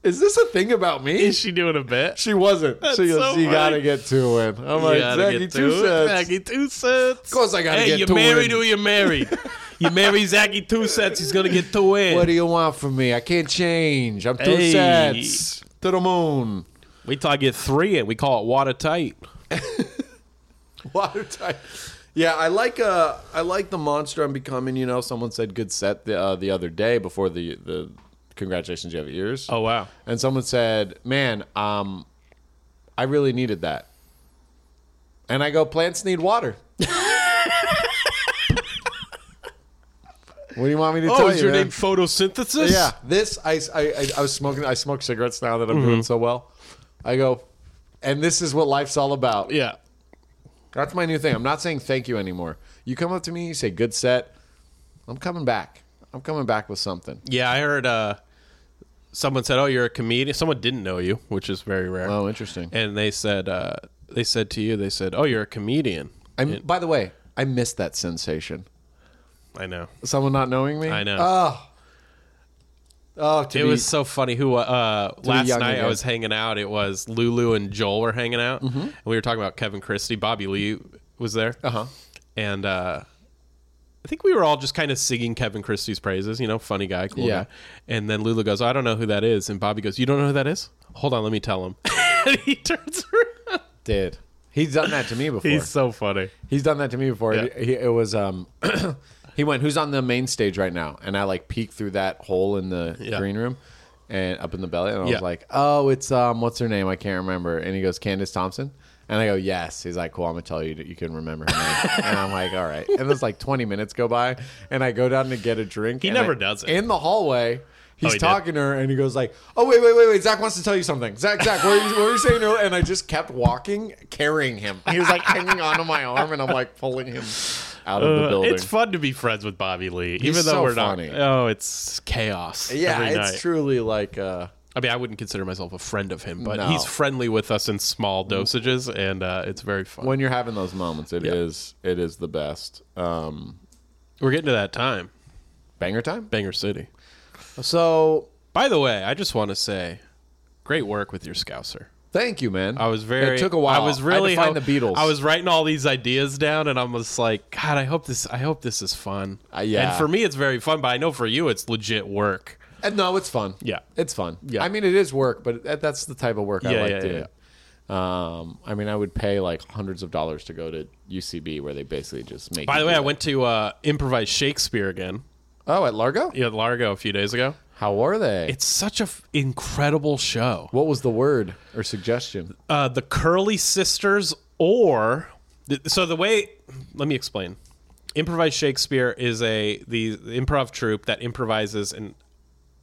Speaker 1: "Is this a thing about me?"
Speaker 2: Is she doing a bit?
Speaker 1: She wasn't. she goes,
Speaker 2: so
Speaker 1: you
Speaker 2: funny.
Speaker 1: gotta get two in. I'm like, Zachy, two cents.
Speaker 2: Zachy two cents. Of
Speaker 1: course I gotta
Speaker 2: hey,
Speaker 1: get
Speaker 2: you
Speaker 1: two
Speaker 2: married
Speaker 1: in.
Speaker 2: or you married? you marry Zachy two cents, he's gonna get two in.
Speaker 1: What do you want from me? I can't change. I'm two
Speaker 2: Hey.
Speaker 1: sets to the moon.
Speaker 2: Wait till I get three in. We call it watertight.
Speaker 1: Watertight. Yeah, I like uh, I like the monster I'm becoming. You know, someone said good set the uh, the other day before the the congratulations you have ears.
Speaker 2: Oh wow.
Speaker 1: and someone said, "Man, um, I really needed that." And I go, "Plants need water." what do you want me to
Speaker 2: Oh,
Speaker 1: tell
Speaker 2: is
Speaker 1: you?
Speaker 2: your
Speaker 1: man?
Speaker 2: name photosynthesis?
Speaker 1: yeah, this I, I I- I was smoking. I smoke cigarettes now that I'm
Speaker 2: Mm-hmm.
Speaker 1: doing so well. I go, and this is what life's all about.
Speaker 2: Yeah.
Speaker 1: That's my new thing. I'm not saying thank you anymore. You come up to me, you say good set. I'm coming back. I'm coming back with something.
Speaker 2: Yeah, I heard uh, someone said, "Oh, you're a comedian." Someone didn't know you, which is very rare.
Speaker 1: Oh, interesting.
Speaker 2: And they said uh, they said to you, they said, "Oh, you're a comedian."
Speaker 1: I'm, by the way, I missed that sensation.
Speaker 2: I know.
Speaker 1: Someone not knowing me.
Speaker 2: I know.
Speaker 1: Oh, oh, to
Speaker 2: It
Speaker 1: be,
Speaker 2: was so funny. Who uh, last
Speaker 1: young
Speaker 2: night
Speaker 1: again.
Speaker 2: I was hanging out. It was Lulu and Joel were hanging out,
Speaker 1: Mm-hmm.
Speaker 2: and we were talking about Kevin Christie. Bobby Lee was there,
Speaker 1: Uh-huh.
Speaker 2: and uh, I think we were all just kind of singing Kevin Christie's praises. You know, funny guy, cool
Speaker 1: Yeah.
Speaker 2: guy. And then Lulu goes, "Oh, "I don't know who that is," and Bobby goes, "You don't know who that is? Hold on, let me tell him." and he turns around.
Speaker 1: did. He's done that to me before.
Speaker 2: He's
Speaker 1: He's,
Speaker 2: so funny.
Speaker 1: done that to me before.
Speaker 2: Yeah.
Speaker 1: He, it was um, he went, "Who's on the main stage right now?" And I like peeked through that hole in the
Speaker 2: Yeah.
Speaker 1: green room, and up in the belly, and I
Speaker 2: Yeah.
Speaker 1: was like, "Oh, it's um, what's her name? I can't remember." And he goes, "Candace Thompson." And I go, yes. He's like, cool, I'm going to tell you that you can remember her name. and I'm like, all right. And it's like 20 minutes go by, and I go down to get a drink. He
Speaker 2: never does it. Oh,
Speaker 1: In the hallway, he's
Speaker 2: he did?
Speaker 1: talking. talking to her, and he goes like, "Oh wait, wait, wait, wait! Zach wants to tell you something. Zach, Zach, what are you, what are you saying?" earlier?" And I just kept walking, carrying him. He was like hanging onto my arm, and I'm like pulling him out of the
Speaker 2: Uh,
Speaker 1: building.
Speaker 2: It's fun to be friends with Bobby Lee, even
Speaker 1: so
Speaker 2: though we're
Speaker 1: funny.
Speaker 2: not. Oh, it's chaos.
Speaker 1: yeah,
Speaker 2: every
Speaker 1: it's
Speaker 2: night.
Speaker 1: truly like uh,
Speaker 2: I mean, I wouldn't consider myself a friend of him, but
Speaker 1: No.
Speaker 2: he's friendly with us in small dosages, and uh, it's very fun.
Speaker 1: when you're having those moments, it is it is the best. Um,
Speaker 2: We're getting to that time,
Speaker 1: banger time.
Speaker 2: Banger City.
Speaker 1: So
Speaker 2: By the way, I just want to say, great work with your Scouser.
Speaker 1: thank you, man.
Speaker 2: I was very.
Speaker 1: It took a while.
Speaker 2: I was
Speaker 1: had to
Speaker 2: really
Speaker 1: find
Speaker 2: ho-
Speaker 1: the Beatles.
Speaker 2: I was writing all these ideas down, and I'm just like, God, I hope this. I hope this is fun.
Speaker 1: Uh, yeah.
Speaker 2: And for me, it's very fun, but I know for you, it's legit work.
Speaker 1: And no, it's fun.
Speaker 2: Yeah.
Speaker 1: it's fun.
Speaker 2: Yeah.
Speaker 1: I mean, it is work, but that, that's the type of work I
Speaker 2: Yeah,
Speaker 1: like
Speaker 2: yeah,
Speaker 1: doing. Um, I mean, I would pay like hundreds of dollars to go to UCB, where they basically just make.
Speaker 2: By
Speaker 1: you
Speaker 2: the
Speaker 1: do
Speaker 2: way, I
Speaker 1: that.
Speaker 2: went to uh, improvise Shakespeare again.
Speaker 1: Oh, at Largo.
Speaker 2: Yeah, Largo a few days ago.
Speaker 1: How are they?
Speaker 2: It's such an incredible show.
Speaker 1: what was the word or suggestion?
Speaker 2: uh, the Curly Sisters or th- so the way. Let me explain. Improvised Shakespeare is a the improv troupe that improvises an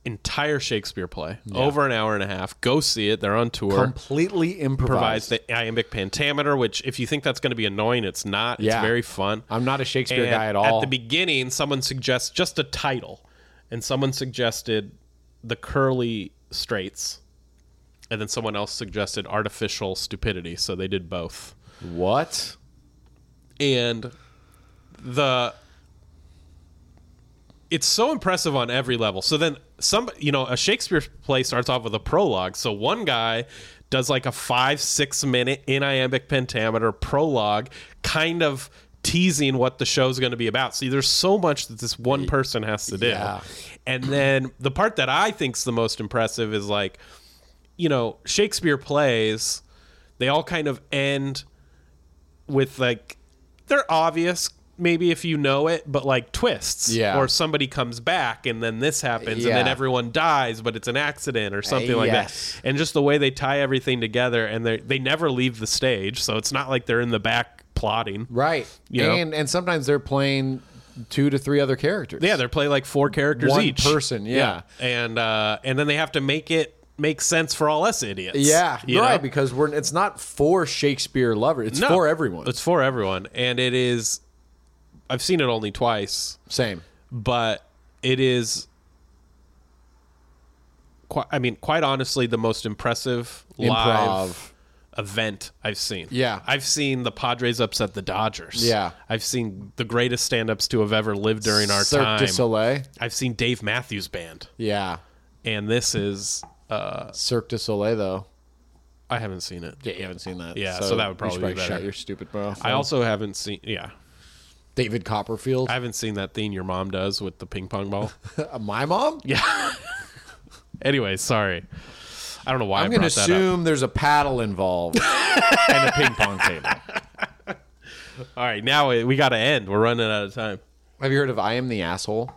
Speaker 2: entire Shakespeare play over an hour and a half. Go see it. They're on tour.
Speaker 1: Completely improvised.
Speaker 2: Improvise the iambic pentameter, which if you think that's going to be annoying, it's not.
Speaker 1: Yeah.
Speaker 2: It's very fun.
Speaker 1: I'm not a Shakespeare
Speaker 2: And
Speaker 1: guy at all.
Speaker 2: At the beginning, someone suggests just a title, and someone suggested the curly straits, and then someone else suggested artificial stupidity. So they did both,
Speaker 1: what?
Speaker 2: and the it's so impressive on every level. So then some, you know, a Shakespeare play starts off with a prologue. So one guy does like a five, six minute in iambic pentameter prologue, kind of teasing what the show's going to be about. See, there's so much that this one person has to do.
Speaker 1: Yeah.
Speaker 2: And then the part that I think's the most impressive is like, you know, Shakespeare plays, they all kind of end with like, they're obvious maybe if you know it, but like twists
Speaker 1: Yeah.
Speaker 2: or somebody comes back and then this happens and then
Speaker 1: Yeah.
Speaker 2: everyone dies, but it's an accident or something like
Speaker 1: yes.
Speaker 2: that. And just the way they tie everything together and they they never leave the stage, so it's not like they're in the back plotting.
Speaker 1: Right.
Speaker 2: You know?
Speaker 1: And and sometimes they're playing two to three other characters.
Speaker 2: Yeah, they play like four characters
Speaker 1: One
Speaker 2: each.
Speaker 1: person, yeah.
Speaker 2: And uh and then they have to make it makes sense for all us idiots.
Speaker 1: Yeah,
Speaker 2: you
Speaker 1: right.
Speaker 2: know?
Speaker 1: Because we're it's not for Shakespeare lovers. It's
Speaker 2: No,
Speaker 1: for everyone.
Speaker 2: It's for everyone, and it is. I've seen it only twice,
Speaker 1: Same.
Speaker 2: but it is. Quite, I mean, quite honestly, the most impressive live
Speaker 1: Improv.
Speaker 2: event I've seen.
Speaker 1: Yeah.
Speaker 2: I've seen the Padres upset the Dodgers.
Speaker 1: Yeah.
Speaker 2: I've seen the greatest stand-ups to have ever lived during our
Speaker 1: Cirque
Speaker 2: time.
Speaker 1: du Soleil.
Speaker 2: I've seen Dave Matthews Band,
Speaker 1: Yeah,
Speaker 2: and this is uh,
Speaker 1: Cirque du Soleil though.
Speaker 2: I haven't seen it.
Speaker 1: Yeah, you haven't seen that.
Speaker 2: Yeah, so that
Speaker 1: you
Speaker 2: would probably
Speaker 1: should
Speaker 2: be better.
Speaker 1: shut your stupid mouth.
Speaker 2: I also haven't seen. Yeah,
Speaker 1: David Copperfield.
Speaker 2: I haven't seen that thing your mom does with the ping pong ball.
Speaker 1: Uh, my mom.
Speaker 2: Yeah. anyway, sorry. I don't know why
Speaker 1: I'm
Speaker 2: I
Speaker 1: going to
Speaker 2: brought that up.
Speaker 1: assume there's a paddle involved and a ping pong table.
Speaker 2: All right, now we, we got to end. We're running out of time.
Speaker 1: Have you heard of I am the asshole?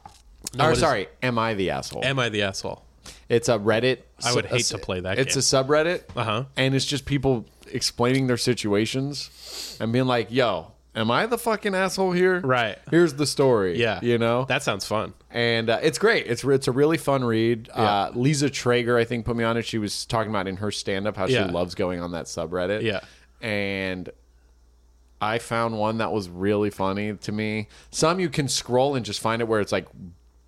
Speaker 2: what
Speaker 1: or
Speaker 2: is-
Speaker 1: sorry, am I the asshole?
Speaker 2: Am I the asshole?
Speaker 1: it's a Reddit.
Speaker 2: I would
Speaker 1: a-
Speaker 2: hate to play that
Speaker 1: It's
Speaker 2: game.
Speaker 1: a subreddit,
Speaker 2: Uh-huh.
Speaker 1: and it's just people explaining their situations and being like, "Yo, am I the fucking asshole here?
Speaker 2: Right.
Speaker 1: Here's the story.
Speaker 2: Yeah,
Speaker 1: you know
Speaker 2: Oh. that sounds fun.
Speaker 1: and uh, it's great. It's it's a really fun read. Uh, Lisa Traeger, I think, put me on it. She was talking about in her stand up how
Speaker 2: Yeah.
Speaker 1: she loves going on that subreddit.
Speaker 2: Yeah.
Speaker 1: and I found one that was really funny to me. Some you can scroll and just find it where it's like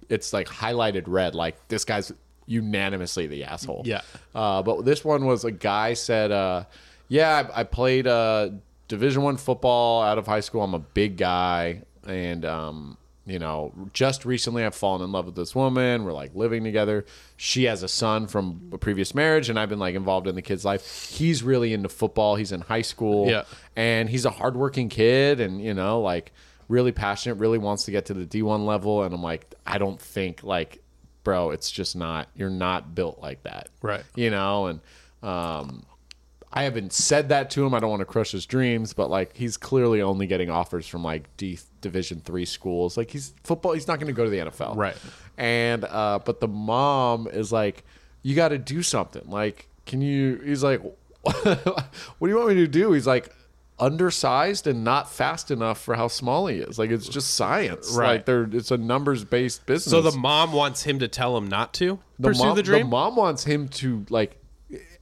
Speaker 1: it's like highlighted red, like this guy's unanimously the asshole.
Speaker 2: Yeah.
Speaker 1: Uh, but this one was a guy said, uh, "Yeah, I, I played uh, Division One football out of high school. I'm a big guy, and um, you know, just recently I've fallen in love with this woman. We're like living together. She has a son from a previous marriage, and I've been like involved in the kid's life. He's really into football. He's in high school,
Speaker 2: Yeah.
Speaker 1: and he's a hardworking kid, and you know, like." really passionate really wants to get to the d1 level and i'm like i don't think like bro it's just not you're not built like that
Speaker 2: Right.
Speaker 1: you know and um i haven't said that to him i don't want to crush his dreams but like he's clearly only getting offers from like d division three schools like he's football he's not going to go to the nfl
Speaker 2: Right.
Speaker 1: and uh but the mom is like you got to do something like can you he's like what do you want me to do he's like undersized and not fast enough for how small he is like it's just science
Speaker 2: Right.
Speaker 1: like they're it's a numbers based business
Speaker 2: So the mom wants him to tell him not to
Speaker 1: the
Speaker 2: pursue
Speaker 1: mom,
Speaker 2: the dream.
Speaker 1: mom wants him to like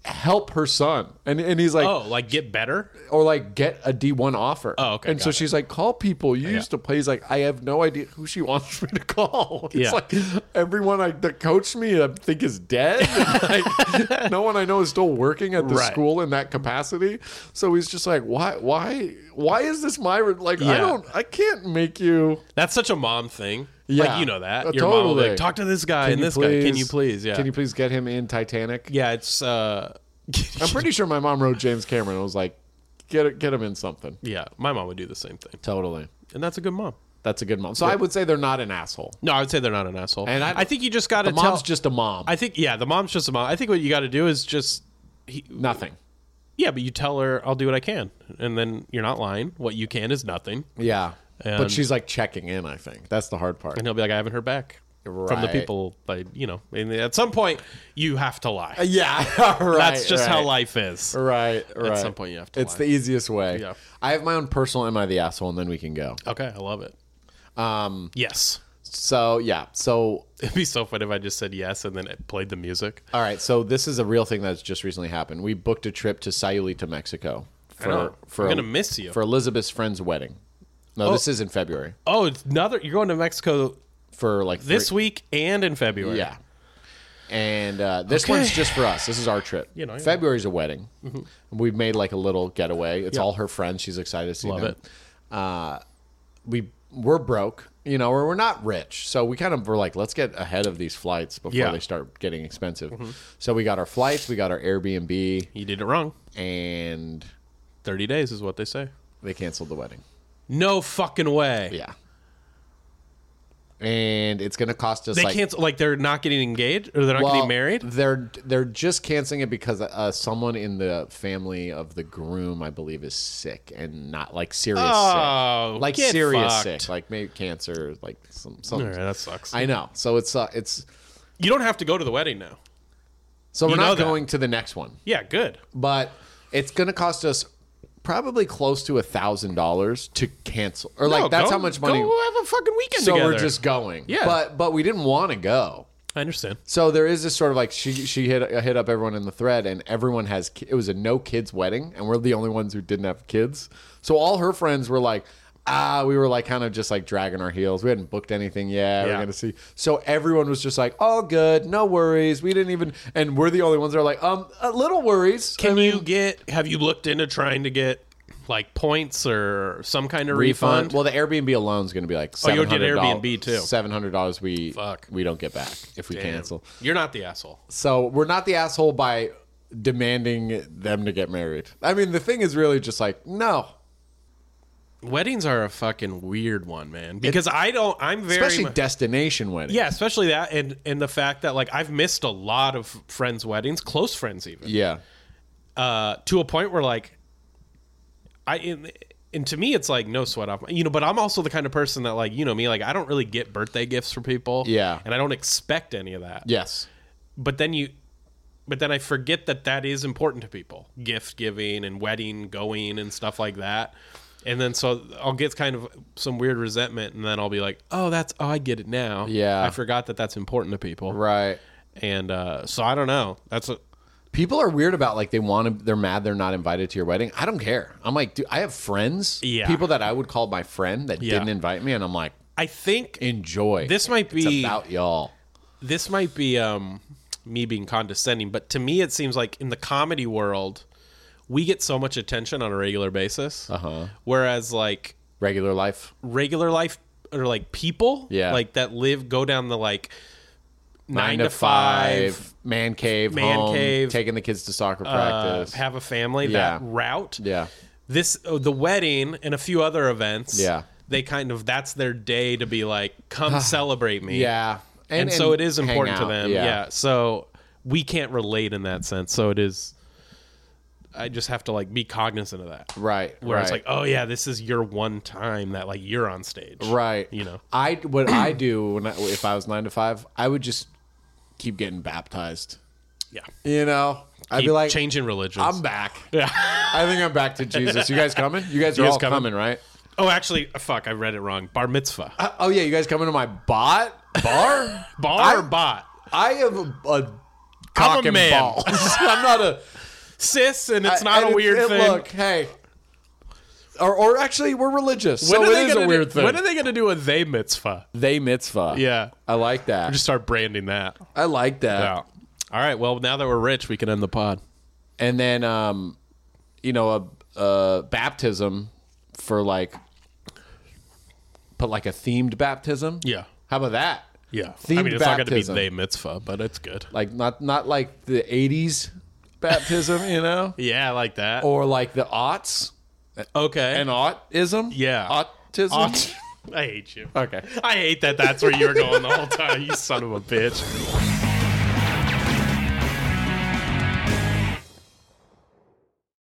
Speaker 1: help her son, and and he's like,
Speaker 2: oh, like get better.
Speaker 1: or like get a D one offer.
Speaker 2: Oh, okay,
Speaker 1: And so
Speaker 2: got it.
Speaker 1: she's like, call people you used to play. He's like, I have no idea who she wants me to call. It's
Speaker 2: Yeah.
Speaker 1: like everyone I, that coached me, I think is dead. like no one I know is still working at the
Speaker 2: Right.
Speaker 1: school in that capacity. So he's just like, why, why, why is this my re- like? I
Speaker 2: Yeah.
Speaker 1: don't, I can't make you.
Speaker 2: That's such a mom thing.
Speaker 1: Yeah.
Speaker 2: like you know that
Speaker 1: Uh,
Speaker 2: your mom will be
Speaker 1: totally.
Speaker 2: like, talk to this guy and
Speaker 1: you
Speaker 2: this guy. Can you please? Yeah,
Speaker 1: Can you please get him in Titanic?
Speaker 2: yeah. It's uh,
Speaker 1: I'm pretty sure my mom wrote James Cameron. and was like, get get him in something.
Speaker 2: yeah. My mom would do the same thing,
Speaker 1: Totally,
Speaker 2: and that's a good mom.
Speaker 1: that's a good mom. So I would say they're not an asshole.
Speaker 2: No, I would say they're not an asshole.
Speaker 1: And
Speaker 2: And
Speaker 1: I-
Speaker 2: I, think you just got to
Speaker 1: The
Speaker 2: tell.
Speaker 1: mom's just a mom.
Speaker 2: I think yeah, the mom's just a mom. I think what you got to do is just he,
Speaker 1: Nothing.
Speaker 2: yeah, but you tell her I'll do what I can, and then you're not lying. What you can is nothing,
Speaker 1: Yeah, but
Speaker 2: And-
Speaker 1: she's like checking in. I think that's the hard part.
Speaker 2: and he'll be like, I haven't heard back from the
Speaker 1: Right.
Speaker 2: people. Like you know, and at some point you have to lie.
Speaker 1: Yeah, Uh, right,
Speaker 2: That's just how
Speaker 1: right.
Speaker 2: life is.
Speaker 1: Right, right.
Speaker 2: some point you have to
Speaker 1: It's
Speaker 2: lie.
Speaker 1: the easiest way.
Speaker 2: Yeah.
Speaker 1: I have my own personal "Am I the asshole?" and then we can go.
Speaker 2: Okay, I love it.
Speaker 1: Um.
Speaker 2: Yes,
Speaker 1: So yeah. So
Speaker 2: it'd be so fun if I just said yes and then it played the music.
Speaker 1: all right. So this is a real thing that's just recently happened. We booked a trip to Sayulita, Mexico, for
Speaker 2: know.
Speaker 1: for
Speaker 2: I'm gonna miss you.
Speaker 1: for Elizabeth's friend's wedding. No, this is in February.
Speaker 2: Oh, it's another. You're going to Mexico
Speaker 1: for like
Speaker 2: this
Speaker 1: three-
Speaker 2: week and in February.
Speaker 1: Yeah. And uh, this
Speaker 2: Okay.
Speaker 1: one's just for us. This is our trip.
Speaker 2: You know, Mm-hmm. yeah.
Speaker 1: February's a wedding. We've made like a little getaway. It's all her friends. She's excited to see
Speaker 2: Love
Speaker 1: them. Uh, we we're broke. You know, or we're not rich, so we kind of were like, let's get ahead of these flights before
Speaker 2: Yeah. Mm-hmm.
Speaker 1: they start getting expensive. So we got our flights, we got our Airbnb,
Speaker 2: you did it wrong.
Speaker 1: and
Speaker 2: Thirty days is what they say.
Speaker 1: they canceled the wedding.
Speaker 2: No fucking way.
Speaker 1: Yeah, and it's going to cost us.
Speaker 2: They
Speaker 1: like,
Speaker 2: cancel like they're not getting engaged or they're not
Speaker 1: Well,
Speaker 2: getting married.
Speaker 1: They're they're just canceling it because uh, someone in the family of the groom, I believe, is sick and not like serious
Speaker 2: Oh,
Speaker 1: sick, like
Speaker 2: get
Speaker 1: serious
Speaker 2: fucked.
Speaker 1: sick, like maybe cancer, like some some.
Speaker 2: All right, that sucks.
Speaker 1: I know. So it's uh, it's
Speaker 2: you don't have to go to the wedding now.
Speaker 1: so we're
Speaker 2: You know
Speaker 1: not
Speaker 2: that.
Speaker 1: going to the next one,
Speaker 2: Yeah, good.
Speaker 1: but it's going to cost us probably close to a thousand dollars to cancel, or like
Speaker 2: No,
Speaker 1: that's
Speaker 2: go-
Speaker 1: how much money.
Speaker 2: Go have a fucking weekend
Speaker 1: So
Speaker 2: together.
Speaker 1: we're just going.
Speaker 2: Yeah.
Speaker 1: But but we didn't want to go.
Speaker 2: I understand.
Speaker 1: So there is this sort of like she she hit I hit up everyone in the thread, and everyone has ki- it was a no kids wedding, and we're the only ones who didn't have kids. So all her friends were like, ah, we were like kind of just like dragging our heels. We hadn't booked anything yet.
Speaker 2: Yeah.
Speaker 1: We're gonna see. So everyone was just like, all good, no worries. We didn't even, and we're the only ones that are like, um, a little worries.
Speaker 2: Can you get? Have you looked into trying to get like points or some kind of
Speaker 1: refund?
Speaker 2: refund?
Speaker 1: Well, the Airbnb alone is going to be like
Speaker 2: Oh,
Speaker 1: seven
Speaker 2: you'll
Speaker 1: hundred
Speaker 2: get Airbnb too.
Speaker 1: Seven hundred dollars we
Speaker 2: Fuck.
Speaker 1: we don't get back if we
Speaker 2: Damn.
Speaker 1: cancel.
Speaker 2: You're not the asshole.
Speaker 1: So we're not the asshole by demanding them to get married. I mean, the thing is really just like, no.
Speaker 2: Weddings are a fucking weird one, man. Because I don't. I'm very
Speaker 1: Especially
Speaker 2: mu-
Speaker 1: destination wedding.
Speaker 2: yeah, especially that, and and the fact that like I've missed a lot of friends' weddings, close friends even.
Speaker 1: Yeah.
Speaker 2: uh, to a point where like I in, and to me it's like no sweat off my, you know but I'm also the kind of person that like you know me like I don't really get birthday gifts for people
Speaker 1: Yeah.
Speaker 2: and I don't expect any of that
Speaker 1: Yes.
Speaker 2: but then you but then I forget that that is important to people gift giving and wedding going and stuff like that and then so I'll get kind of some weird resentment and then I'll be like oh that's oh I get it now
Speaker 1: Yeah.
Speaker 2: I forgot that that's important to people
Speaker 1: Right.
Speaker 2: and uh, so I don't know that's a,
Speaker 1: People are weird about like they want to. They're mad they're not invited to your wedding. I don't care. I'm like, dude, I have friends.
Speaker 2: Yeah.
Speaker 1: People that I would call my friend that
Speaker 2: Yeah.
Speaker 1: didn't invite me, and I'm like,
Speaker 2: I think
Speaker 1: enjoy.
Speaker 2: this might
Speaker 1: It's
Speaker 2: be
Speaker 1: about y'all.
Speaker 2: this might be um, me being condescending, but to me, it seems like in the comedy world, we get so much attention on a regular basis.
Speaker 1: Uh-huh.
Speaker 2: Whereas, like,
Speaker 1: Regular life.
Speaker 2: regular life or like people,
Speaker 1: Yeah.
Speaker 2: like that live, go down the like nine, to five,
Speaker 1: Man cave.
Speaker 2: Man
Speaker 1: home,
Speaker 2: cave,
Speaker 1: Taking the kids to soccer
Speaker 2: uh,
Speaker 1: practice.
Speaker 2: have a family,
Speaker 1: Yeah.
Speaker 2: that route.
Speaker 1: yeah.
Speaker 2: This, oh, the wedding and a few other events.
Speaker 1: Yeah.
Speaker 2: They kind of, that's their day to be like, come celebrate me.
Speaker 1: Yeah.
Speaker 2: and, so it is
Speaker 1: hang
Speaker 2: important to
Speaker 1: out.
Speaker 2: them. Yeah. So we can't relate in that sense. So it is. I just have to like be cognizant of that.
Speaker 1: Right.
Speaker 2: Where
Speaker 1: right.
Speaker 2: it's like, oh yeah, this is your one time that like you're on stage.
Speaker 1: right.
Speaker 2: uh, You know.
Speaker 1: I what I do when I, if I was nine to five, I would just keep getting baptized.
Speaker 2: Yeah.
Speaker 1: You know, I'd
Speaker 2: Keep
Speaker 1: be like,
Speaker 2: changing religions.
Speaker 1: I'm back.
Speaker 2: yeah.
Speaker 1: I think I'm back to Jesus. You guys coming? You guys are
Speaker 2: guys
Speaker 1: all coming,
Speaker 2: coming?
Speaker 1: right?
Speaker 2: oh, actually, fuck, I read it wrong. Bar mitzvah.
Speaker 1: Uh, oh yeah, you guys coming to my bot bar?
Speaker 2: Bar
Speaker 1: I-
Speaker 2: or bot?
Speaker 1: I have a, a cock and
Speaker 2: man.
Speaker 1: balls. I'm not a.
Speaker 2: Cis, and it's
Speaker 1: I-
Speaker 2: not
Speaker 1: and
Speaker 2: a weird
Speaker 1: it-
Speaker 2: thing.
Speaker 1: Look, hey. Or, or actually, we're religious, so it is
Speaker 2: gonna
Speaker 1: a weird
Speaker 2: do,
Speaker 1: thing.
Speaker 2: When are they going to do a they mitzvah?
Speaker 1: they mitzvah.
Speaker 2: Yeah.
Speaker 1: I like that.
Speaker 2: Just start branding that.
Speaker 1: I like that.
Speaker 2: Yeah. All right. Well, now that we're rich, we can end the pod.
Speaker 1: and then um you know a, a baptism for like but like a themed baptism
Speaker 2: Yeah.
Speaker 1: how about that
Speaker 2: Yeah,
Speaker 1: themed
Speaker 2: I mean it's not going to
Speaker 1: baptism.
Speaker 2: be they mitzvah, but it's good.
Speaker 1: like not not like the 80s baptism you know
Speaker 2: Yeah, I like that.
Speaker 1: or like the aughts
Speaker 2: okay,
Speaker 1: Oh, and autism
Speaker 2: Yeah.
Speaker 1: autism
Speaker 2: Aut- I hate you. Okay, I hate that. That's where you were going the whole time. You son of a bitch.